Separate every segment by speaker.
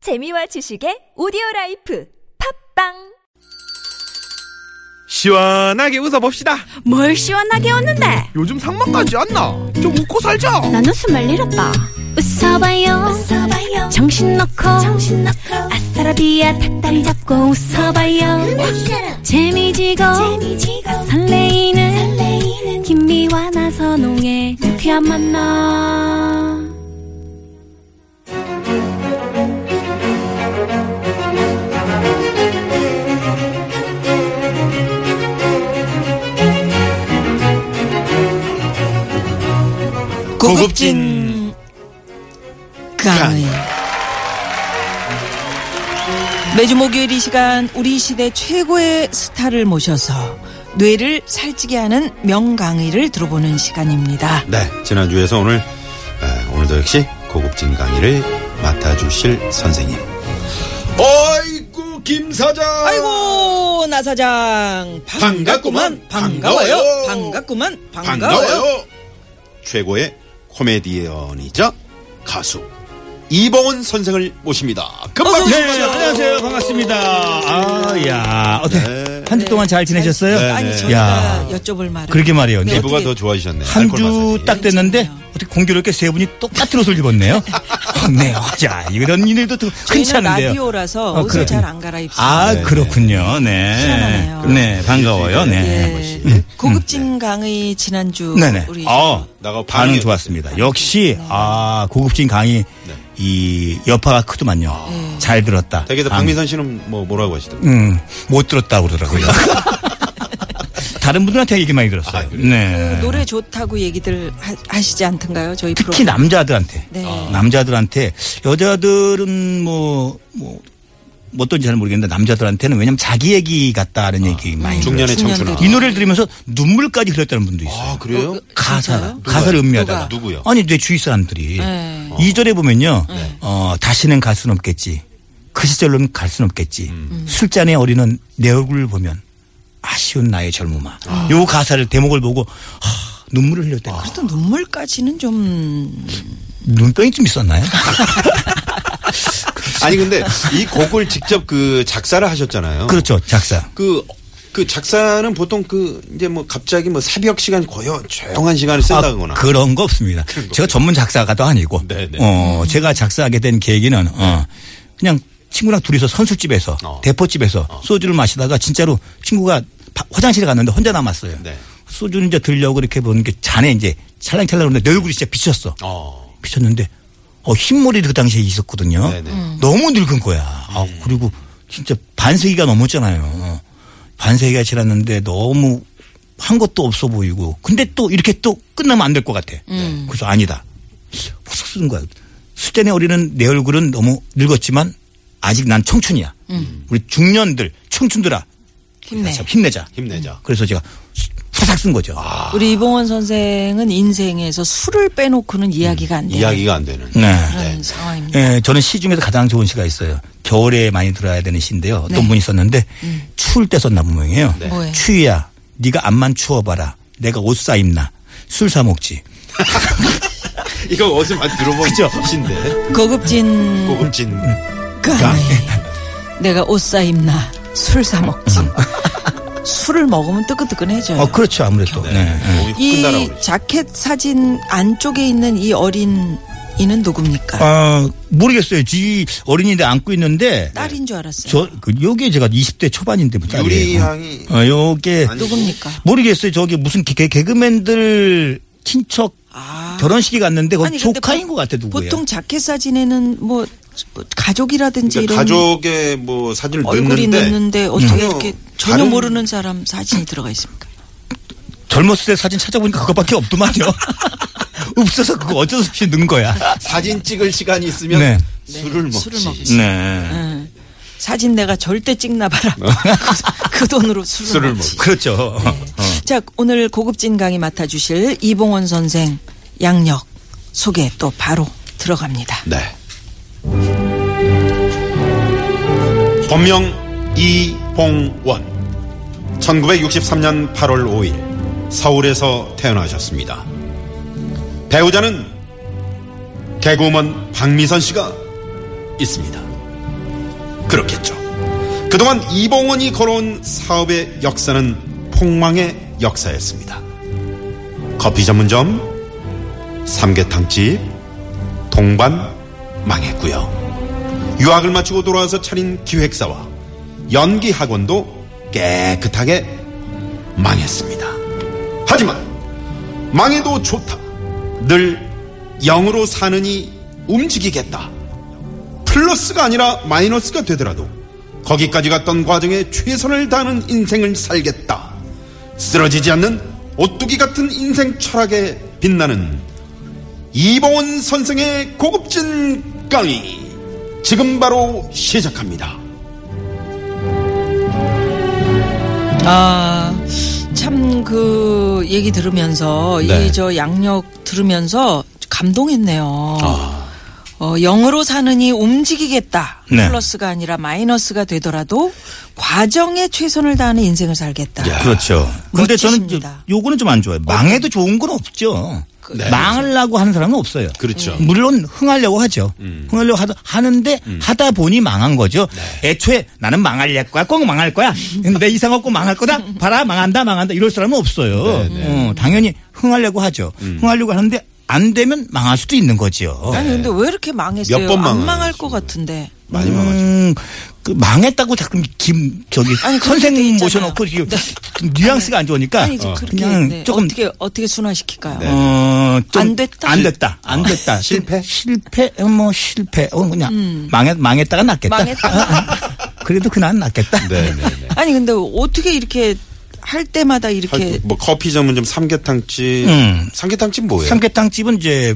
Speaker 1: 재미와 지식의 오디오 라이프 팝빵
Speaker 2: 시원하게 웃어봅시다.
Speaker 3: 뭘 시원하게 웃는데
Speaker 2: 요즘 상만까지 안 나. 좀 웃고 살자.
Speaker 3: 난 웃음을 잃었다 웃어봐요, 정신 놓고 아싸라비아 닭다리 잡고 웃어봐요 재미지고, 설레이는, 김미와 나서 농에 유쾌한 만나
Speaker 4: 고급진 강의 매주 목요일 이 시간 우리 시대 최고의 스타를 모셔서 뇌를 살찌게 하는 명강의를 들어보는 시간입니다.
Speaker 5: 네, 지난주에서 오늘, 아, 오늘도 역시 고급진 강의를 맡아주실 선생님.
Speaker 4: 아이고 김 사장.
Speaker 5: 아이고,
Speaker 4: 나 사장
Speaker 5: 반갑구만, 반가워요. 반갑구만, 최고의 코미디언이자 가수 이봉원 선생을 모십니다. 금방
Speaker 4: 어서
Speaker 5: 오십시오.
Speaker 4: 오십시오.
Speaker 6: 네, 안녕하세요. 반갑습니다. 아, 야. 어때?
Speaker 5: 네.
Speaker 6: 한 주 동안 잘 지내셨어요?
Speaker 5: 네,
Speaker 4: 아니
Speaker 5: 네.
Speaker 4: 저희가 네.
Speaker 6: 야.
Speaker 4: 여쭤볼 말은
Speaker 6: 그러게 말이에요. 근데
Speaker 5: 피부가
Speaker 4: 어떻게-
Speaker 5: 더 좋아지셨네요.
Speaker 6: 한
Speaker 5: 알코올
Speaker 6: 주
Speaker 5: 맛에.
Speaker 6: 딱 됐는데
Speaker 4: 괜찮아요.
Speaker 6: 어떻게 공교롭게 세 분이 똑같은 옷을 입었네요. 네, 자, 이런 일도 또 흔치
Speaker 4: 저희는
Speaker 6: 않은데요.
Speaker 4: 라디오라서
Speaker 6: 아,
Speaker 4: 옷을
Speaker 6: 그래.
Speaker 4: 잘 안 갈아입습니다.
Speaker 6: 아,
Speaker 5: 네, 네.
Speaker 6: 그렇군요. 네.
Speaker 4: 희한하네요.
Speaker 6: 네, 반가워요. 네. 음,
Speaker 4: 예. 고급진 강의 지난주
Speaker 6: 네네.
Speaker 4: 우리
Speaker 5: 아,
Speaker 6: 어,
Speaker 5: 나가
Speaker 6: 반응
Speaker 5: 반응이
Speaker 6: 좋았습니다. 역시,
Speaker 4: 네.
Speaker 6: 아, 고급진 강의,
Speaker 5: 네.
Speaker 6: 이, 여파가 크더만요.
Speaker 4: 네.
Speaker 6: 잘 들었다.
Speaker 5: 댁에서
Speaker 6: 강의.
Speaker 5: 박민선 씨는 뭐 뭐라고 하시던가요?
Speaker 6: 음, 못 들었다고 그러더라고요. 다른 분들한테 얘기 많이 들었어요.
Speaker 5: 아, 그래요?
Speaker 6: 네.
Speaker 4: 노래 좋다고 얘기들 하, 하시지 않던가요? 저희
Speaker 6: 특히
Speaker 4: 프로.
Speaker 6: 남자들한테.
Speaker 4: 네. 아.
Speaker 6: 남자들한테. 여자들은 뭐, 뭐, 어떤지 잘 모르겠는데 남자들한테는 왜냐면 자기 얘기 같다는 얘기 많이
Speaker 5: 중년의
Speaker 6: 들었어요.
Speaker 5: 청춘아.
Speaker 6: 네, 이 노래를 들으면서 눈물까지 흘렸다는 분도 있어요.
Speaker 5: 아, 그래요?
Speaker 6: 가사,
Speaker 4: 진짜요?
Speaker 6: 가사를
Speaker 4: 누가요?
Speaker 6: 음미하다가.
Speaker 5: 누가? 누구요?
Speaker 6: 아니, 내 주위 사람들이.
Speaker 4: 네.
Speaker 6: 이절에 보면요.
Speaker 5: 네.
Speaker 6: 어, 다시는 갈 수는 없겠지. 그 시절로는 갈 수는 없겠지.
Speaker 5: 음.
Speaker 6: 술잔에 어리는 내 얼굴을 보면 아쉬운 나의 젊음아. 요 가사를 대목을 보고 하, 눈물을 흘렸대.
Speaker 5: 아.
Speaker 6: 요
Speaker 4: 그래도 눈물까지는 좀
Speaker 6: 눈병이 좀 있었나요?
Speaker 5: 아. 아니 근데 이 곡을 직접 그 작사를 하셨잖아요.
Speaker 6: 그렇죠. 작사.
Speaker 5: 그, 그 작사는 보통 그 이제 뭐 갑자기 뭐 새벽 시간 고요 조용한 시간을 쓴다거나
Speaker 6: 아, 그런 거 없습니다. 제가 전문 작사가도 아니고,
Speaker 5: 네, 네.
Speaker 6: 어, 제가 작사하게 된 계기는, 어, 그냥 친구랑 둘이서 선술집에서,
Speaker 5: 어.
Speaker 6: 대포집에서 소주를 마시다가 진짜로 친구가 바- 화장실에 갔는데 혼자 남았어요.
Speaker 5: 네.
Speaker 6: 소주는 이제 들려고 이렇게 보는 게 잔에 이제 찰랑찰랑 그러는데 내 얼굴이 진짜 비쳤어.
Speaker 5: 어.
Speaker 6: 비쳤는데, 어, 흰머리도 그 당시에 있었거든요.
Speaker 5: 네네.
Speaker 4: 음.
Speaker 5: 음.
Speaker 6: 너무 늙은 거야. 아, 그리고 진짜 반세기가 넘었잖아요. 반세기가 지났는데 너무 한 것도 없어 보이고. 근데 또 이렇게 또 끝나면 안 될 것 같아.
Speaker 4: 음.
Speaker 5: 네.
Speaker 6: 그래서 아니다. 후석 쓰는 거야. 수잔의 어리는 내 얼굴은 너무 늙었지만 아직 난 청춘이야. 우리 중년들, 청춘들아.
Speaker 4: 음. 힘내.
Speaker 6: 네, 참 힘내자.
Speaker 5: 힘내자.
Speaker 6: 그래서 제가 수- 후삭 쓴 거죠.
Speaker 5: 아,
Speaker 4: 우리 이봉원 선생은 인생에서 술을 빼놓고는 이야기가 안 돼요.
Speaker 5: 이야기가 안 되는.
Speaker 6: 음, 네.
Speaker 4: 그런 상황입니다.
Speaker 6: 예, 저는 시 중에서 가장 좋은 시가 있어요. 겨울에 많이 들어야 되는 시인데요. 어떤 분이 썼는데 추울 때 썼나 분명해요.
Speaker 5: 네.
Speaker 4: 네. 음. 뭐예요?
Speaker 6: 추위야, 네가 앞만 추워봐라. 내가 옷 사 입나 술 사 먹지.
Speaker 5: 이거 어제 많이 들어본 신데
Speaker 4: 고급진
Speaker 5: 고급진
Speaker 4: 강의. 내가 옷 사 입나 술 사 먹지. 술을 먹으면 뜨끈뜨끈해져요.
Speaker 6: 음. 어, 그렇죠. 아무래도.
Speaker 5: 네.
Speaker 6: 네.
Speaker 5: 몸이
Speaker 4: 이
Speaker 5: 끈다라고 그러죠.
Speaker 4: 자켓 사진 안쪽에 있는 이 어린 이는 누굽니까?
Speaker 6: 아, 모르겠어요. 지 어린이들 안고 있는데
Speaker 4: 딸인 줄 알았어요.
Speaker 6: 저, 그, 요게 제가 20대 초반인데, 뭐 딸이에요.
Speaker 5: 음. 유리향이
Speaker 6: 어, 요게.
Speaker 5: 아니-
Speaker 4: 누굽니까?
Speaker 6: 모르겠어요. 저기 무슨 개, 개그맨들 친척
Speaker 4: 아.
Speaker 6: 결혼식에 갔는데, 그건
Speaker 4: 아니, 근데
Speaker 6: 조카인
Speaker 4: 보-
Speaker 6: 것 같아, 누구예요?
Speaker 4: 보통 자켓 사진에는 뭐 가족이라든지
Speaker 5: 그러니까
Speaker 4: 이런
Speaker 5: 가족의 뭐 사진을
Speaker 4: 얼굴이
Speaker 5: 넣는데
Speaker 4: 넣는데 어떻게
Speaker 5: 전혀
Speaker 4: 이렇게 전혀
Speaker 5: 다른-
Speaker 4: 모르는 사람 사진이 들어가 있습니까?
Speaker 6: 젊었을 때 사진 찾아보니까 그것밖에 없더만요. 없어서 그거 어쩔 수 없이 넣은 거야.
Speaker 5: 사진 찍을 시간이 있으면
Speaker 6: 네.
Speaker 5: 술을 먹지.
Speaker 4: 술을 먹지.
Speaker 6: 네.
Speaker 4: 응. 사진 내가 절대 찍나 봐라. 그 돈으로 술을,
Speaker 5: 술을
Speaker 4: 먹지.
Speaker 6: 그렇죠.
Speaker 4: 자, 오늘 고급진 강의 맡아주실 이봉원 선생 양력 소개 또 바로 들어갑니다.
Speaker 5: 네. 본명 이봉원. 1963년 8월 5일 서울에서 태어나셨습니다. 배우자는 개그우먼 박미선 씨가 있습니다. 그렇겠죠. 그동안 이봉원이 걸어온 사업의 역사는 폭망의 역사였습니다. 커피 전문점, 삼계탕집, 동반 망했고요. 유학을 마치고 돌아와서 차린 기획사와 연기 학원도 깨끗하게 망했습니다. 하지만 망해도 좋다. 늘 영으로 사느니 움직이겠다. 플러스가 아니라 마이너스가 되더라도 거기까지 갔던 과정에 최선을 다하는 인생을 살겠다. 쓰러지지 않는 오뚜기 같은 인생 철학에 빛나는 이봉원 선생의 고급진 강의 지금 바로 시작합니다.
Speaker 4: 아, 참 그 얘기 들으면서
Speaker 5: 네.
Speaker 4: 이 저 양력 들으면서 감동했네요. 어, 영으로 사느니 움직이겠다.
Speaker 6: 네.
Speaker 4: 플러스가 아니라 마이너스가 되더라도 과정에 최선을 다하는 인생을 살겠다.
Speaker 6: 그렇죠. 근데 저는 좀-
Speaker 4: 멋지십니다.
Speaker 6: 요거는 좀 안 좋아요. 망해도 좋은 건 없죠. 네. 망하려고 하는 사람은 없어요.
Speaker 5: 그렇죠.
Speaker 6: 물론 흥하려고 하죠. 흥하려고 하다, 하는데 하다 보니 망한 거죠. 애초에 나는 망할 거야. 꼭 망할 거야. 내 이상 없고 망할 거다. 봐라 망한다 망한다 이럴 사람은 없어요. 어, 당연히 흥하려고 하죠. 흥하려고 하는데 안 되면 망할 수도 있는 거죠.
Speaker 4: 아니 근데 왜 이렇게 망했어요?
Speaker 5: 몇번
Speaker 4: 안
Speaker 5: 망하는지.
Speaker 4: 망할 것 같은데.
Speaker 5: 많이 망하죠.
Speaker 6: 음, 그 망했다고 자꾸 김 저기
Speaker 4: 아니, 그럴 수도
Speaker 6: 선생님
Speaker 4: 있잖아요. 네.
Speaker 6: 모셔놓고 지금 뉘앙스가 안 좋으니까 어,
Speaker 4: 아니 좀 그렇게
Speaker 6: 그냥
Speaker 4: 네.
Speaker 6: 조금
Speaker 4: 어떻게 어떻게 순화시킬까요?
Speaker 6: 어, 좀
Speaker 4: 안 됐다?
Speaker 6: 안 됐다. 안 됐다. 아, 실패? 실패? 어, 뭐, 실패. 어, 그냥,
Speaker 4: 음.
Speaker 6: 망했, 망했다가 낫겠다.
Speaker 4: 망했다.
Speaker 6: 그래도 그날 낫겠다.
Speaker 5: 네,
Speaker 4: 아니 근데 어떻게 이렇게 할 때마다 이렇게
Speaker 5: 뭐 커피 전문점 삼계탕집.
Speaker 6: 음.
Speaker 5: 삼계탕집 뭐예요?
Speaker 6: 삼계탕 집은 이제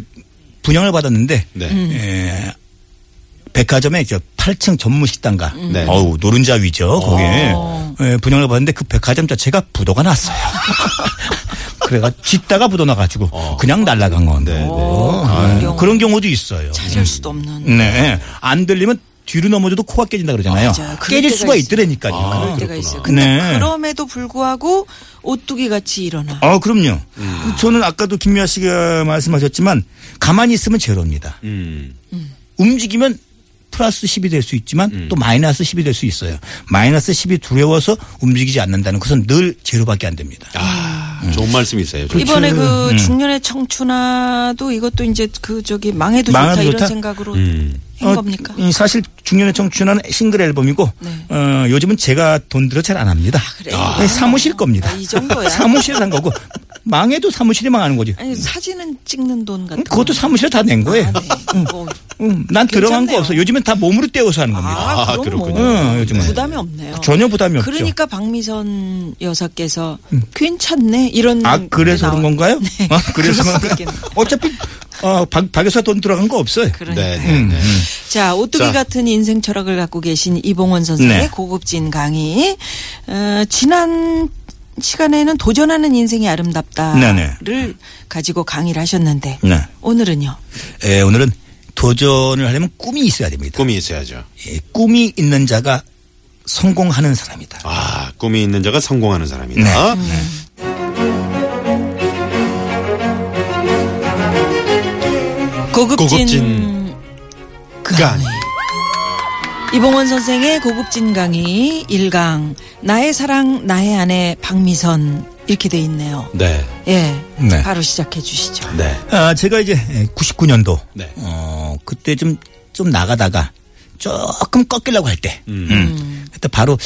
Speaker 6: 분양을 받았는데,
Speaker 5: 네.
Speaker 6: 예, 백화점에 저 8층 전문 식당가.
Speaker 5: 네.
Speaker 6: 어우, 노른자 위죠, 거기에.
Speaker 4: 어.
Speaker 6: 예, 분양을 받았는데 그 백화점 자체가 부도가 났어요. 그래가 짓다가 부도나가지고 그냥 날라간 건데. 어, 예.
Speaker 4: 어.
Speaker 5: 네, 네.
Speaker 4: 그런 경우
Speaker 6: 그런 경우도 있어요.
Speaker 4: 찾을 수도 없는
Speaker 6: 네. 안 들리면 뒤로 넘어져도 코가 깨진다 그러잖아요.
Speaker 4: 맞아요. 그럴
Speaker 6: 깨질
Speaker 4: 때가 있어요.
Speaker 6: 수가
Speaker 4: 아,
Speaker 6: 있더라니까요.
Speaker 4: 그럴 때가 있어요. 근데
Speaker 6: 아, 네.
Speaker 4: 그럼에도 불구하고 오뚜기 같이 일어나.
Speaker 6: 아, 그럼요. 저는 아까도 김미아 씨가 말씀하셨지만 가만히 있으면 제로입니다.
Speaker 5: 음.
Speaker 6: 움직이면 플러스 10이 될 수 있지만 또 마이너스 10이 될 수 있어요. 마이너스 10이 두려워서 움직이지 않는다는 것은 늘 제로밖에 안 됩니다.
Speaker 5: 아,
Speaker 6: 음.
Speaker 5: 좋은 말씀이세요.
Speaker 4: 이번에 그 중년의 청춘아도 이것도 이제 그 저기 망해도,
Speaker 6: 망해도
Speaker 4: 좋다,
Speaker 6: 좋다? 어,
Speaker 4: 이런 생각으로
Speaker 5: 음.
Speaker 4: 한 겁니까?
Speaker 6: 이 사실 중년의 청춘은 싱글 앨범이고
Speaker 4: 네. 아,
Speaker 6: 어, 요즘은 제가 돈 들어 잘 안 합니다.
Speaker 4: 그래요?
Speaker 6: 네, 사무실 겁니다.
Speaker 4: 아, 이 정도야?
Speaker 6: 사무실 산 거고 망해도 사무실이 망하는 거지.
Speaker 4: 아니 사진은 찍는 돈 같은.
Speaker 6: 음,
Speaker 4: 거.
Speaker 6: 그것도 사무실에 음. 다 낸 거예요.
Speaker 4: 아, 네. 뭐,
Speaker 6: 응, 난 들어간 거
Speaker 4: 괜찮네요.
Speaker 6: 없어. 요즘엔 다 몸으로 떼어서 하는 겁니다.
Speaker 4: 아, 그럼
Speaker 5: 그렇군요.
Speaker 4: 뭐
Speaker 6: 응, 음, 요즘은.
Speaker 4: 부담이 없네요.
Speaker 6: 전혀 부담이 없죠. 음.
Speaker 4: 그러니까 박미선 여사께서 괜찮네 이런.
Speaker 6: 아, 그래서 그런
Speaker 4: 나온-
Speaker 6: 건가요?
Speaker 4: 네.
Speaker 6: 아, 그래서
Speaker 4: 그럴 수도
Speaker 6: 그런가요?
Speaker 4: 있겠네.
Speaker 6: 어차피 어, 박, 박 여사 돈 들어간 거 없어요.
Speaker 4: 그러니까.
Speaker 5: 네, 네,
Speaker 6: 음,
Speaker 5: 네.
Speaker 4: 자, 오뚜기
Speaker 5: 자.
Speaker 4: 같은 인생 철학을 갖고 계신 이봉원 선생의
Speaker 6: 네.
Speaker 4: 고급진 강의. 어, 지난 시간에는 도전하는 인생이 아름답다를
Speaker 6: 네, 네.
Speaker 4: 가지고 강의를 하셨는데
Speaker 6: 네.
Speaker 4: 오늘은요.
Speaker 6: 예, 오늘은 도전을 하려면 꿈이 있어야 됩니다.
Speaker 5: 꿈이 있어야죠.
Speaker 6: 예, 꿈이 있는 자가 성공하는 사람이다.
Speaker 5: 아, 꿈이 있는 자가 성공하는 사람이다.
Speaker 6: 네.
Speaker 4: 고급진, 그
Speaker 5: 고급진
Speaker 4: 강의. 이봉원 선생의 고급진 강의 1강 나의 사랑 나의 아내 박미선 이렇게 돼 있네요.
Speaker 5: 네.
Speaker 4: 예.
Speaker 6: 네.
Speaker 4: 바로 시작해 주시죠.
Speaker 5: 네.
Speaker 6: 아, 제가 이제 99년도
Speaker 5: 네.
Speaker 6: 어, 그때 좀, 좀 나가다가 조금 꺾이려고 할 때. 음. 그때 바로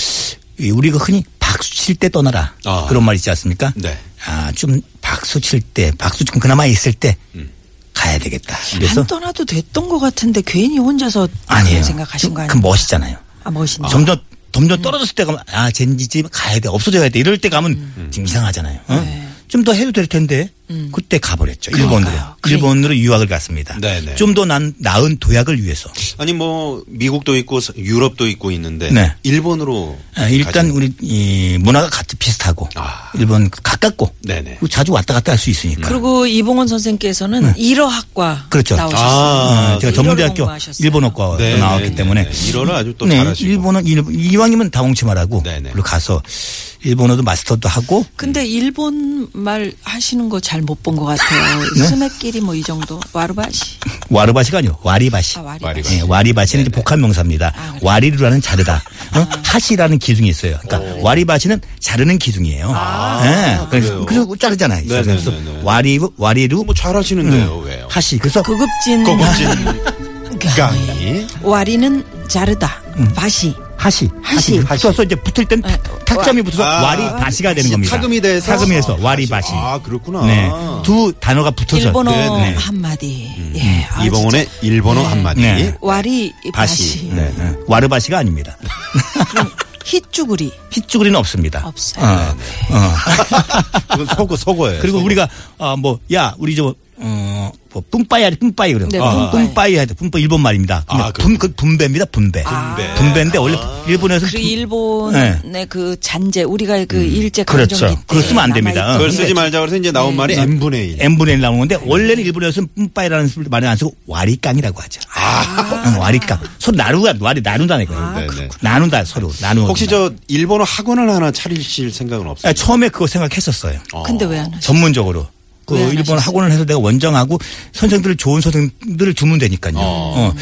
Speaker 6: 이 우리가 흔히 박수 칠 때 떠나라.
Speaker 5: 아.
Speaker 6: 그런 말 있지 않습니까?
Speaker 5: 네.
Speaker 6: 아, 좀 박수 칠 때, 박수 좀 그나마 있을 때
Speaker 5: 음.
Speaker 6: 가야 되겠다. 그래서
Speaker 4: 안 떠나도 됐던 것 같은데 괜히 혼자서
Speaker 6: 아니에요.
Speaker 4: 생각하신 거
Speaker 6: 그-
Speaker 4: 아니에요?
Speaker 6: 그 멋있잖아요.
Speaker 4: 아 음. 멋있네.
Speaker 6: 점점 점점 떨어졌을 때 가면 아 젠지 집 가야 돼 없어져야 돼 이럴 때 가면
Speaker 4: 음.
Speaker 6: 지금 이상하잖아요. 어? 좀 더 해도 될 텐데 그때 가버렸죠. 일본으로
Speaker 4: 네. 그러니까요.
Speaker 6: 일본으로 유학을 갔습니다.
Speaker 5: 네네.
Speaker 6: 좀 더 난 나은 도약을 위해서
Speaker 5: 아니 뭐 미국도 있고 서- 유럽도 있고 있는데
Speaker 6: 네.
Speaker 5: 일본으로
Speaker 6: 아, 일단
Speaker 5: 가신-
Speaker 6: 우리 이 문화가 같이 비슷하고
Speaker 5: 아.
Speaker 6: 일본 가깝고
Speaker 5: 네네.
Speaker 6: 그리고 자주 왔다 갔다 할 수 있으니까.
Speaker 4: 그리고 이봉원 선생께서는 일어학과
Speaker 6: 네. 그렇죠.
Speaker 4: 나오셨어요.
Speaker 6: 어,
Speaker 5: 아,
Speaker 6: 제가
Speaker 4: 일본을
Speaker 6: 전문대학교
Speaker 4: 공부하셨어요.
Speaker 6: 일본어과
Speaker 5: 네,
Speaker 6: 나왔기
Speaker 5: 네,
Speaker 6: 때문에
Speaker 5: 네, 네. 일어를 아주 또
Speaker 6: 네,
Speaker 5: 잘하시고.
Speaker 6: 일본은 일- 이왕이면 다홍치마라고
Speaker 5: 네, 네.
Speaker 6: 가서 일본어도 마스터도 하고
Speaker 4: 근데 일본 말 하시는 거 잘 못 본 것 같아요.
Speaker 6: 네?
Speaker 4: 스매끼리 뭐 이 정도 와르바시.
Speaker 6: 와르바시가 아니요 와리바시.
Speaker 4: 아, 와리바시. 아, 그렇죠.
Speaker 6: 예, 와리바시는 이제
Speaker 5: 네,
Speaker 6: 복합 명사입니다. 와리루라는 자르다. 어? 하시라는 기둥이 있어요. 그러니까 와리바시는 자르는 기둥이에요.
Speaker 4: 아,
Speaker 6: 예, 그래서,
Speaker 5: 그래요?
Speaker 6: 그래서 자르잖아요.
Speaker 5: 네네네네.
Speaker 6: 그래서 와리 와리루
Speaker 5: 뭐 잘하시는데요,
Speaker 6: 음.
Speaker 5: 왜요?
Speaker 6: 하시. 그래서
Speaker 4: 고급진
Speaker 5: 고급진
Speaker 4: 강.
Speaker 5: 강의.
Speaker 4: 와리는 자르다.
Speaker 6: 음.
Speaker 4: 바시.
Speaker 6: 하시.
Speaker 4: 하시. 네,
Speaker 6: 써서 이제 붙을 땐 탁- 탁점이 붙어서
Speaker 5: 아,
Speaker 6: 와리바시가 되는 겁니다.
Speaker 5: 타금이 돼서.
Speaker 6: 타금이 돼서 와리바시.
Speaker 5: 아, 그렇구나.
Speaker 6: 네. 두 단어가 붙어서
Speaker 4: 일본어
Speaker 6: 네, 네.
Speaker 4: 한마디. 예. 아,
Speaker 5: 음. 이봉원의 일본어 한마디.
Speaker 6: 네.
Speaker 4: 와리 바시.
Speaker 6: 바시. 네, 네. 와르바시가 아닙니다.
Speaker 4: 히쭈구리
Speaker 6: 핏쭈구리는 없습니다.
Speaker 4: 없어요.
Speaker 6: 어, 어.
Speaker 5: 그건 속어, 속어예요.
Speaker 6: 그리고
Speaker 5: 속어.
Speaker 6: 우리가 아 뭐 야 우리 저 어, 뭐 뿜빠이 하지 뿜빠이 그래요.
Speaker 4: 네,
Speaker 6: 아,
Speaker 4: 뿜빠이.
Speaker 6: 뿜빠이 해야 돼. 뿜빠 일본 말입니다.
Speaker 5: 아,
Speaker 6: 분, 그 분배입니다. 분배.
Speaker 5: 분배.
Speaker 6: 인데 원래
Speaker 5: 아.
Speaker 6: 일본에서
Speaker 4: 그 일본의 그 잔재 우리가 그 일제
Speaker 6: 네. 그렇죠.
Speaker 4: 강점기 때
Speaker 6: 그거 쓰면 안 됩니다.
Speaker 4: 남아있던
Speaker 6: 어.
Speaker 5: 그걸
Speaker 4: 게
Speaker 5: 쓰지 말자 그래서 이제 나온 말이 n 분의 1.
Speaker 6: 예, n 분의 1 나오는 건데 원래는 일본에서는 뿜빠이라는 말을 안 쓰고 와리깡이라고 하죠. 응, 와리깡. 서로 나누가 와리 나눈다는 거예요.
Speaker 5: 아, 그렇구나.
Speaker 6: 나눈다 서로 나누어.
Speaker 5: 혹시 저 일본어 학원을 하나 차리실 생각은 없어요?
Speaker 6: 아, 처음에 그거 생각했었어요.
Speaker 5: 아,
Speaker 4: 근데 왜 안 하죠?
Speaker 6: 전문적으로. 그
Speaker 4: 왜안
Speaker 6: 일본
Speaker 4: 하셨어요?
Speaker 6: 학원을 해서 내가 원정하고 선생들을 좋은 선생들을 주면 되니까요. 어.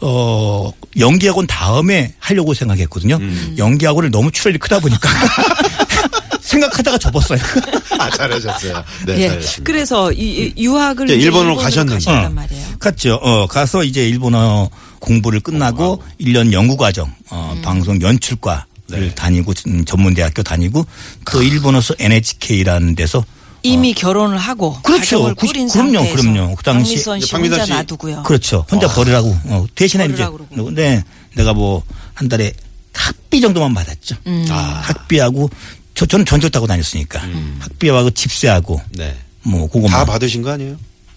Speaker 6: 어, 연기학원 다음에 하려고 생각했거든요. 연기학원을 너무 출혈이 크다 보니까 생각하다가 접었어요.
Speaker 5: 아, 잘하셨어요. 네,
Speaker 4: 예.
Speaker 5: 잘하셨습니다.
Speaker 4: 그래서 이, 이- 유학을
Speaker 5: 이제
Speaker 4: 이제
Speaker 5: 일본으로 가셨는데.
Speaker 4: 가셨단 말이에요.
Speaker 6: 갔죠. 어, 가서 이제 일본어 공부를 끝나고 일 1년 연구 과정, 어, 방송 연출과를 다니고 음, 전문대학교 다니고 또 일본어서 NHK라는 데서
Speaker 4: 이미
Speaker 5: 어.
Speaker 4: 결혼을 하고
Speaker 6: 그렇죠.
Speaker 4: 가정을
Speaker 6: 그-
Speaker 4: 꾸린
Speaker 6: 그럼요,
Speaker 4: 상태에서
Speaker 6: 그럼요. 그 당시-
Speaker 4: 박미선 씨
Speaker 5: 네, 박미선
Speaker 4: 혼자
Speaker 5: 씨.
Speaker 4: 놔두고요.
Speaker 6: 그렇죠. 혼자 버리라고. 어, 대신에 이제
Speaker 4: 아, 버리라고 그러고.
Speaker 6: 근데 내가 뭐 한 달에 학비 정도만 받았죠.
Speaker 4: 음.
Speaker 6: 학비하고 저, 저는 전철 타고 다녔으니까 학비하고 집세하고
Speaker 5: 네.
Speaker 6: 뭐
Speaker 5: 다
Speaker 6: 그것만
Speaker 5: 받으신 거 아니에요?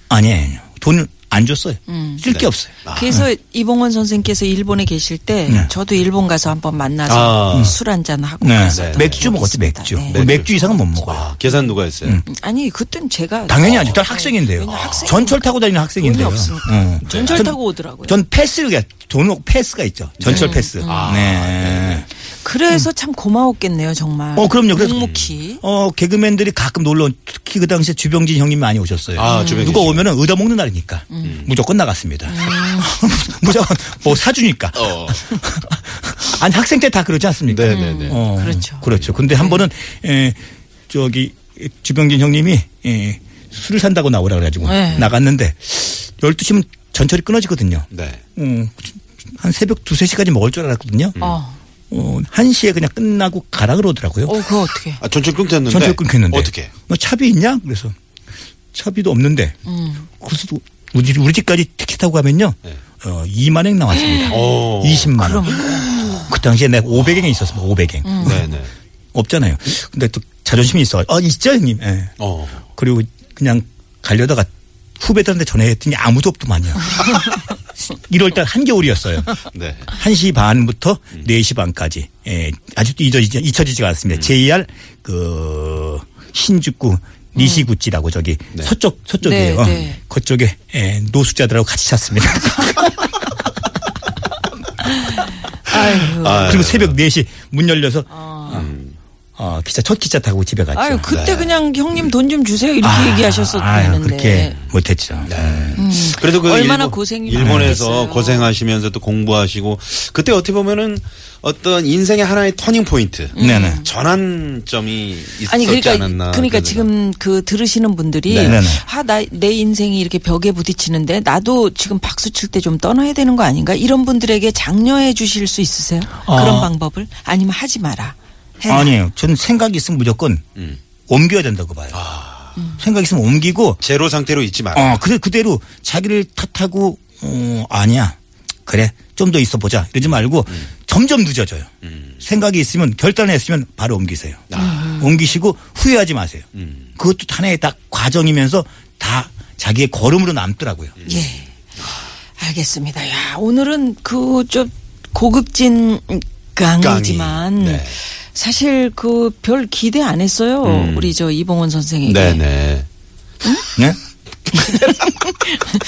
Speaker 6: 아니 아니요. 돈을 안 줬어요.
Speaker 4: 음.
Speaker 6: 쓸 게 없어요.
Speaker 5: 아, 네.
Speaker 4: 그래서 이봉원 선생께서 일본에 계실 때
Speaker 6: 네.
Speaker 4: 저도 일본 가서 한번 만나서
Speaker 5: 음.
Speaker 4: 술한잔 하고
Speaker 6: 네.
Speaker 4: 갔었던
Speaker 6: 맥주
Speaker 4: 기억이
Speaker 6: 먹었죠.
Speaker 4: 있습니다.
Speaker 6: 맥주.
Speaker 4: 네. 음,
Speaker 6: 뭐 맥주 이상은 못 먹어요.
Speaker 5: 아, 계산 누가 했어요?
Speaker 4: 아니 그땐 제가
Speaker 6: 당연히
Speaker 4: 어,
Speaker 6: 아니죠. 난
Speaker 4: 네.
Speaker 6: 학생인데요.
Speaker 4: 왜냐면 학생이니까.
Speaker 6: 전철 타고 다니는
Speaker 4: 돈이
Speaker 6: 학생인데요.
Speaker 4: 없으니까
Speaker 6: 어.
Speaker 4: 전철
Speaker 6: 전-
Speaker 4: 타고 오더라고요.
Speaker 6: 전 패스가 돈 패스가 있죠. 전철 패스.
Speaker 4: 음.
Speaker 6: 네.
Speaker 4: 그래서 참 고마웠겠네요, 정말.
Speaker 6: 어, 그럼요. 그래서
Speaker 4: 아, 묵묵히.
Speaker 6: 어 개그맨들이 가끔 놀러 온- 특히 그 당시에 주병진 형님 많이 오셨어요.
Speaker 5: 아, 주병진
Speaker 6: 누가
Speaker 5: 씨.
Speaker 6: 오면은 의다 먹는 날이니까
Speaker 4: 음.
Speaker 6: 음. 무조건 나갔습니다. 무조건 뭐 사주니까. 아니 학생 때 다 그러지 않습니까?
Speaker 5: 어. 네네네.
Speaker 6: 어,
Speaker 4: 그렇죠.
Speaker 6: 그렇죠. 근데 한 번은 에, 저기 주병진 형님이 에, 술을 산다고 나오라 그래가지고
Speaker 4: 네.
Speaker 6: 나갔는데 12시면 전철이 끊어지거든요.
Speaker 5: 네.
Speaker 6: 음, 한 새벽 두세시까지 먹을 줄 알았거든요.
Speaker 4: 어.
Speaker 6: 어, 1시에 그냥 끝나고 가라 그러더라고요.
Speaker 4: 어, 그거 어떻게.
Speaker 5: 아, 전철 끊겼는데.
Speaker 6: 전철 끊겼는데.
Speaker 5: 어떻게?
Speaker 6: 너 차비 있냐? 그래서 차비도 없는데. 그래서 또 우리, 집- 우리 집까지 택시 타고 가면요. 어, 2만행 나왔습니다.
Speaker 5: 네. 오.
Speaker 6: 20만 원. 그 당시에 내가 500행이 있었습니다. 500행.
Speaker 5: 네네.
Speaker 6: 없잖아요. 근데 또 자존심이 있어. 아, 있죠, 형님. 예.
Speaker 5: 어.
Speaker 6: 그리고 그냥 가려다가 후배들한테 전화했더니 아무도 없더만요. 1월달 한겨울이었어요.
Speaker 5: 네.
Speaker 6: 1시 반부터 4시 반까지. 예, 아직도 잊어지지, 잊혀지지가
Speaker 4: 음.
Speaker 6: 않습니다. JR, 그, 신주구, 니시구찌라고 저기 서쪽, 서쪽이에요.
Speaker 4: 네, 네.
Speaker 6: 그쪽에 예, 노숙자들하고 같이 잤습니다.
Speaker 4: 아유.
Speaker 6: 그리고 새벽 4시 문 열려서 어, 기차, 첫 기차 타고 집에 갔죠.
Speaker 4: 아.
Speaker 6: 네.
Speaker 4: 아유, 그때 그냥 형님 돈 좀 주세요. 이렇게
Speaker 6: 아, 아유,
Speaker 4: 얘기하셨었는데.
Speaker 6: 그렇게 못했죠.
Speaker 4: 네.
Speaker 5: 그래도 그
Speaker 4: 얼마나 고생이
Speaker 5: 일본에서
Speaker 4: 많았겠어요.
Speaker 5: 고생하시면서 또 공부하시고 그때 어떻게 보면은 어떤 인생의 하나의 터닝 포인트,
Speaker 6: 네네.
Speaker 5: 전환점이 있었지
Speaker 4: 음. 아니 그러니까
Speaker 5: 않았나.
Speaker 4: 그러니까
Speaker 5: 그런 생각.
Speaker 4: 지금 그 들으시는 분들이
Speaker 6: 네. 네네.
Speaker 4: 아 나 내 인생이 이렇게 벽에 부딪히는데 나도 지금 박수 칠 때 좀 떠나야 되는 거 아닌가 이런 분들에게 장려해 주실 수 있으세요? 그런 방법을 아니면 하지 마라. 해라.
Speaker 6: 아. 네. 아니에요. 저는 생각이 있으면 무조건
Speaker 4: 음.
Speaker 6: 옮겨야 된다고 봐요.
Speaker 4: 아.
Speaker 6: 생각 있으면 옮기고
Speaker 5: 제로 상태로 있지 마라.
Speaker 6: 어, 그래, 그대로 자기를 탓하고, 어, 아니야. 그래. 좀 더 있어 보자. 이러지 말고 점점 늦어져요. 생각이 있으면 결단했으면 바로 옮기세요. 아. 옮기시고 후회하지 마세요. 그것도 하나의 다 과정이면서 다 자기의 걸음으로 남더라고요.
Speaker 4: 예. 알겠습니다. 야, 오늘은 그 좀 고급진 강의지만
Speaker 5: 강의. 네.
Speaker 4: 사실 그 별 기대 안
Speaker 6: 음.
Speaker 4: 어. 네. 했어요. 우리 저 이봉원 선생에게.
Speaker 5: 네네.
Speaker 6: 네?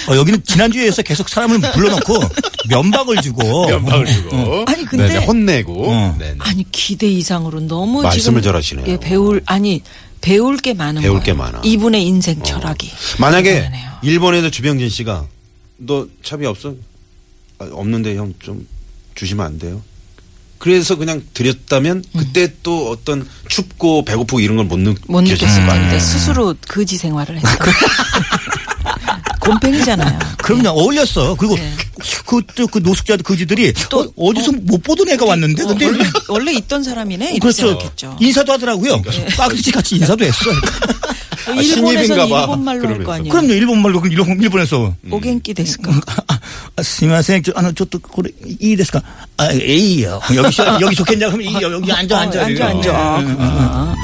Speaker 6: 어, 여기는 지난주에서 계속 사람을 불러놓고 면박을 주고
Speaker 7: 연방을 주고.
Speaker 4: 아니, 음. 근데-
Speaker 7: 네네, 혼내고.
Speaker 6: 어.
Speaker 7: 네네.
Speaker 4: 아니 기대 이상으로 너무 지금
Speaker 5: 말씀을 잘하시네요.
Speaker 4: 예, 배울 아니 배울 게 많은
Speaker 5: 배울
Speaker 4: 거예요.
Speaker 5: 게 많아. 어.
Speaker 4: 이분의 인생 철학이
Speaker 5: 만약에
Speaker 4: 대단하네요.
Speaker 5: 일본에서 주병진 씨가 너 차비 없어? 아, 없는데 형 좀 주시면 안 돼요? 그래서 그냥 드렸다면 그때 또 어떤 춥고 배고프고 이런 걸 못
Speaker 4: 음. 못
Speaker 5: 느꼈을
Speaker 4: 느꼈을
Speaker 5: 거 아니에요.
Speaker 4: 텐데 스스로 거지 생활을 했어요. 곰팽이잖아요.
Speaker 6: 그럼요 어울렸어 그리고
Speaker 4: 네.
Speaker 6: 그, 그, 그 노숙자들 그지들이
Speaker 4: 또-
Speaker 6: 어, 디서못 보던 애가 왔는데 근데
Speaker 4: 원래, 원래 있던 사람이네
Speaker 5: 어,
Speaker 4: 이렇게
Speaker 6: 그렇죠
Speaker 4: 생각했죠.
Speaker 6: 인사도 하더라고요 빠그지 같이 인사도 했어
Speaker 4: 어, 일본에서는
Speaker 5: 아, 신입인가 봐.
Speaker 4: 일본말로 할 거
Speaker 5: 그러면서.
Speaker 4: 아니에요.
Speaker 6: 그럼요 일본 말로 그 일본 일본에서
Speaker 4: 오갱기 됐을까?
Speaker 6: すみません、ちょあのちょっとこれいいですか。あ、いいよ。여기여기좋겠냐 그럼いいよ。여기앉아앉아 네.
Speaker 4: 어, 앉아 앉아. 아, 그렇구나.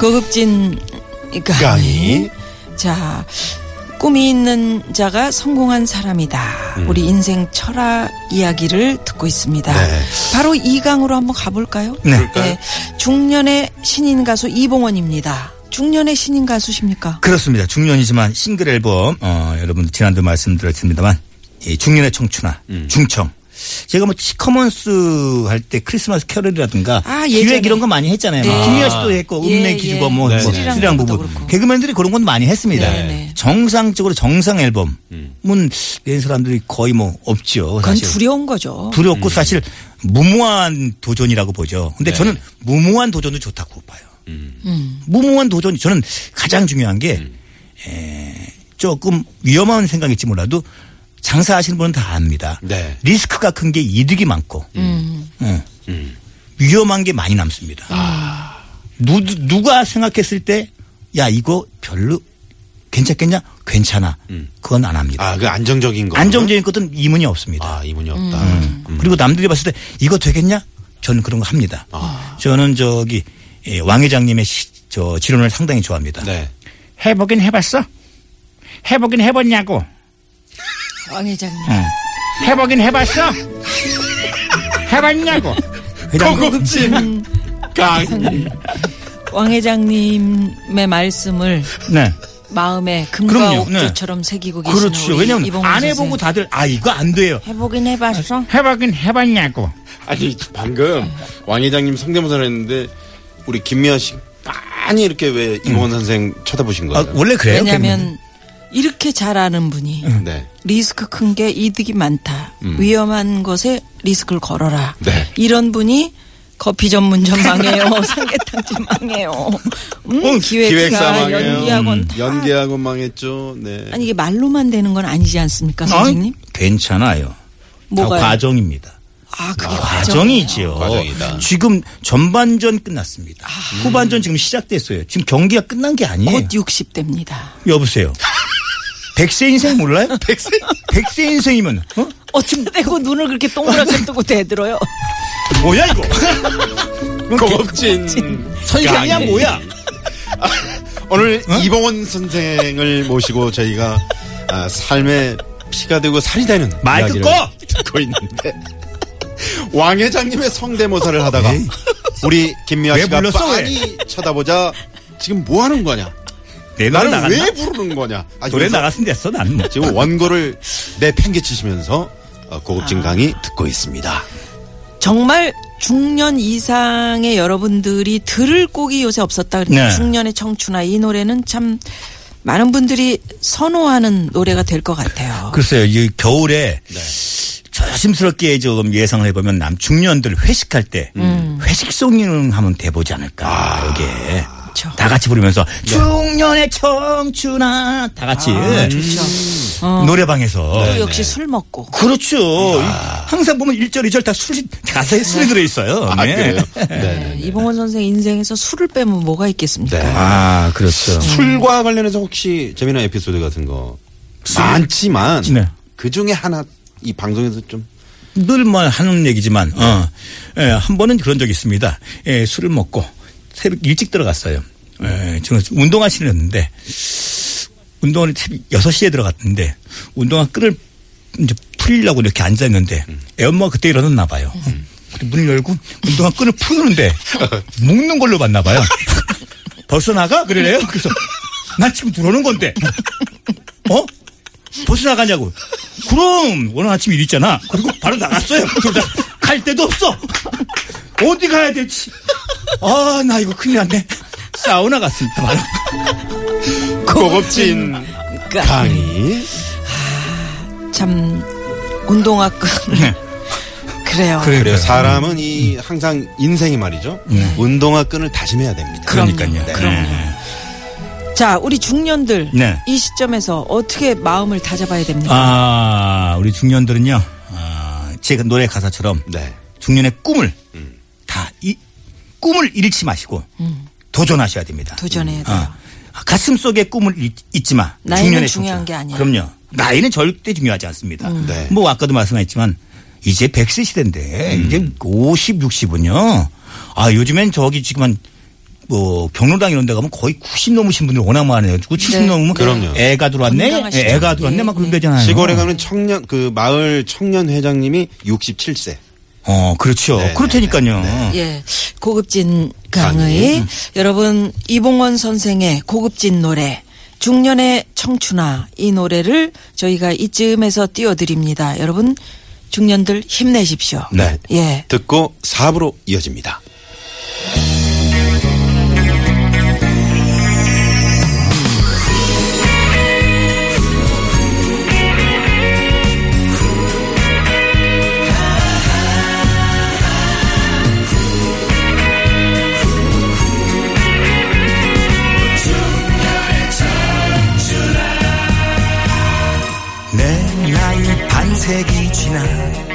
Speaker 4: 고급진
Speaker 5: 강의.
Speaker 4: 강의. 자, 꿈이 있는 자가 성공한 사람이다.
Speaker 6: 음.
Speaker 4: 우리 인생 철학 이야기를 듣고 있습니다.
Speaker 5: 네.
Speaker 4: 바로 이 강으로 한번 가볼까요?
Speaker 6: 네.
Speaker 4: 중년의 신인 가수 이봉원입니다. 중년의 신인 가수십니까?
Speaker 6: 그렇습니다. 중년이지만 싱글 앨범 어, 여러분 지난주 말씀드렸습니다만 이 중년의 청춘아 중청 제가 뭐 시커먼스 할 때 크리스마스 캐럴이라든가
Speaker 4: 아, 예전에.
Speaker 6: 기획 이런 거 많이 했잖아요. 뭐
Speaker 4: 네.
Speaker 6: 김미아 씨도 했고
Speaker 4: 예,
Speaker 6: 음내
Speaker 4: 예.
Speaker 6: 기주범 뭐, 뭐
Speaker 4: 스리랑
Speaker 6: 스리랑
Speaker 4: 부부도
Speaker 6: 부부
Speaker 4: 그렇고.
Speaker 6: 개그맨들이 그런 건 많이 했습니다.
Speaker 4: 네, 네.
Speaker 6: 정상적으로 정상 앨범은 낸 사람들이 거의 뭐 없죠.
Speaker 4: 그건
Speaker 6: 사실.
Speaker 4: 두려운 거죠.
Speaker 5: 음.
Speaker 6: 두렵고 사실 무모한 도전이라고 보죠. 근데
Speaker 5: 네.
Speaker 6: 저는 무모한 도전도 좋다고 봐요.
Speaker 5: 음.
Speaker 6: 무모한 도전이 저는 가장 중요한 게 에, 조금 위험한 생각일지 몰라도 장사하시는 분은 다 압니다.
Speaker 5: 네.
Speaker 6: 리스크가 큰 게 이득이 많고 어.
Speaker 5: 음.
Speaker 6: 위험한 게 많이 남습니다.
Speaker 5: 아.
Speaker 6: 누, 누가 생각했을 때 야 이거 별로 괜찮겠냐? 괜찮아. 그건 안 합니다.
Speaker 5: 아, 그 안정적인 거.
Speaker 6: 안정적인 것은 이문이 없습니다.
Speaker 5: 아, 이문이 없다.
Speaker 4: 음.
Speaker 6: 음. 그리고 남들이 봤을 때 이거 되겠냐? 저는 그런 거 합니다.
Speaker 5: 아,
Speaker 6: 저는 저기 예, 왕 회장님의 시- 저 지론을 상당히 좋아합니다.
Speaker 5: 네.
Speaker 6: 해보긴 해봤어. 해보긴 해봤냐고.
Speaker 4: 왕 회장님.
Speaker 6: 해보긴 해봤어. 해봤냐고. 음.
Speaker 7: 고급진 강의.
Speaker 4: 왕 회장님의 말씀을
Speaker 6: 네.
Speaker 4: 마음에 금과
Speaker 6: 그럼요. 네.
Speaker 4: 옥조처럼 새기고 계시는
Speaker 6: 그렇죠.
Speaker 4: 우리
Speaker 6: 왜냐하면
Speaker 4: 이봉원
Speaker 6: 안
Speaker 4: 선생.
Speaker 6: 해보고 다들 아 이거 안 돼요.
Speaker 4: 해보긴 해봤어.
Speaker 6: 해보긴 해봤냐고.
Speaker 5: 아니, 방금 왕 회장님 성대모사를 했는데 우리 김미아 씨 많이 이렇게 왜 이봉원 선생 쳐다보신
Speaker 6: 아,
Speaker 5: 거예요?
Speaker 6: 원래 그래요?
Speaker 4: 왜냐하면 이렇게 잘 아는 분이
Speaker 5: 네.
Speaker 4: 리스크 큰 게 이득이 많다. 위험한 것에 리스크를 걸어라.
Speaker 5: 네.
Speaker 4: 이런 분이 커피 전문점 망해요. 삼계탕집 망해요. 음, 기획사,
Speaker 5: 어, 망해요. 음,
Speaker 4: 연기학원 다.
Speaker 5: 연기학원 망했죠. 네.
Speaker 4: 아니 이게 말로만 되는 건 아니지 않습니까, 선생님?
Speaker 6: 어? 괜찮아요. 다
Speaker 4: 뭐가요?
Speaker 6: 과정입니다.
Speaker 4: 아, 그게
Speaker 6: 과정이지요.
Speaker 5: 아, 과정이다. 아.
Speaker 6: 지금 전반전 끝났습니다. 후반전 지금 시작됐어요. 지금 경기가 끝난 게 아니에요.
Speaker 4: 곧 60대입니다.
Speaker 6: 여보세요. 백세 인생 몰라요? 백세? 인생이면 어?
Speaker 4: 어쩜 대고 눈을 그렇게 동그랗게 뜨고 대들어요.
Speaker 6: 뭐야 이거?
Speaker 5: 고급진
Speaker 6: 선생이야
Speaker 5: 강의.
Speaker 6: 뭐야?
Speaker 5: 오늘
Speaker 4: 어?
Speaker 5: 이봉원 선생을 모시고 저희가 아, 삶의 피가 되고 살이 되는
Speaker 6: 마이크
Speaker 5: 이야기를
Speaker 6: 꺼!
Speaker 5: 듣고 있는데 왕 회장님의 성대모사를 하다가 우리 김미아
Speaker 6: 왜
Speaker 5: 씨가
Speaker 6: 불렀어, 왜?
Speaker 5: 많이 쳐다보자 지금 뭐 하는 거냐
Speaker 6: 내
Speaker 5: 나는
Speaker 6: 노래 나갔나?
Speaker 5: 왜 부르는 거냐 아니,
Speaker 6: 노래
Speaker 5: 그래서
Speaker 6: 나갔으면 됐어 난 뭐.
Speaker 5: 지금 원고를 내팽개치시면서 어, 고급진 강의 듣고 있습니다
Speaker 4: 정말 중년 이상의 여러분들이 들을 곡이 요새 없었다. 그러니까
Speaker 6: 네.
Speaker 4: 중년의 청춘아 이 노래는 참 많은 분들이 선호하는 노래가 될 것 같아요.
Speaker 6: 글쎄요, 이 겨울에
Speaker 5: 네.
Speaker 6: 조심스럽게 좀 예상을 해보면 남 중년들 회식할 때
Speaker 5: 음.
Speaker 6: 회식송이는 하면 돼보지 않을까
Speaker 5: 아.
Speaker 6: 이게
Speaker 4: 그렇죠?
Speaker 6: 다 같이 부르면서
Speaker 5: 네.
Speaker 6: 중년의 청춘아 다 같이 음.
Speaker 5: 어. 네,
Speaker 6: 노래방에서
Speaker 4: 어.
Speaker 6: 네,
Speaker 4: 또 역시 술 먹고.
Speaker 6: 그렇죠. 항상 보면 1절, 2절 다 술이 가사에 술이 들어 있어요.
Speaker 5: 아 그래요 네.
Speaker 4: 네, 이봉원 선생 인생에서 술을 빼면 뭐가 있겠습니까?
Speaker 6: 아, 그렇죠.
Speaker 5: 술과 관련해서 혹시 재미난 에피소드 같은 거 많지만
Speaker 6: 네.
Speaker 5: 그 중에 하나 이 방송에서 좀
Speaker 6: 늘만 뭐 하는 얘기지만 어, 예, 한 번은 그런 적이 있습니다. 예, 술을 먹고 새벽 일찍 들어갔어요. 예, 저는 운동화 신었는데 운동화를 새벽 6시에 들어갔는데 운동화 끈을 이제 풀려고 이렇게 앉아 있는데 애 엄마가 그때 일어났나 봐요. 근데 문을 열고 운동화 끈을 풀는데 묶는 걸로 봤나 봐요. 벌써 나가? 그래요? 그래서 난 지금 들어오는 건데. 어? 벌써 나가냐고. 그럼 오늘 아침 일 있잖아. 그리고 바로 나갔어요. 그러다 갈 데도 없어. 어디 가야 될지. 아, 나 이거 큰일 났네. 사우나 갔습니다. 바로.
Speaker 7: 고급진 강의.
Speaker 4: 참 운동화끈
Speaker 6: 네.
Speaker 4: 그래요.
Speaker 5: 그래요. 사람은 이 항상 인생이 말이죠. 운동화 끈을 다짐해야 됩니다.
Speaker 6: 네. 그러니까요.
Speaker 4: 그럼요. 자, 우리 중년들
Speaker 6: 네.
Speaker 4: 이 시점에서 어떻게 마음을 다잡아야 됩니까?
Speaker 6: 아, 우리 중년들은요. 아, 제 노래 가사처럼
Speaker 5: 네.
Speaker 6: 중년의 꿈을
Speaker 5: 음.
Speaker 6: 다 이 꿈을 잃지 마시고 도전하셔야 됩니다.
Speaker 4: 음. 도전해야 돼요.
Speaker 6: 아, 가슴 속에 꿈을 잃- 잊지 마.
Speaker 4: 나이는
Speaker 6: 중년의
Speaker 4: 중요한
Speaker 6: 꿈.
Speaker 4: 게 아니에요. 음.
Speaker 6: 그럼요. 나이는 절대 중요하지 않습니다.
Speaker 5: 네.
Speaker 6: 뭐 아까도 말씀했지만 이제 100세 시대인데
Speaker 5: 음.
Speaker 6: 이제 50, 60은요. 아 요즘엔 저기 지금 한 뭐, 경로당 이런 데 가면 거의 90 넘으신 분들 워낙 많아가지고 70
Speaker 4: 네.
Speaker 6: 넘으면
Speaker 5: 그럼요.
Speaker 6: 애가 들어왔네?
Speaker 4: 건강하시죠.
Speaker 6: 애가 들어왔네? 막 그런 데잖아요.
Speaker 5: 시골에 가면 청년 그 마을 청년 회장님이 67세.
Speaker 6: 어, 그렇죠.
Speaker 5: 네,
Speaker 6: 그렇다니까요.
Speaker 4: 예. 고급진 강의.
Speaker 5: 강의. 음.
Speaker 4: 여러분, 이봉원 선생의 고급진 노래. 중년의 청춘아. 이 노래를 저희가 이쯤에서 띄워드립니다. 여러분, 중년들 힘내십시오.
Speaker 5: 네.
Speaker 4: 예.
Speaker 5: 듣고 4부로 이어집니다.
Speaker 6: 내 나이 반세기 지나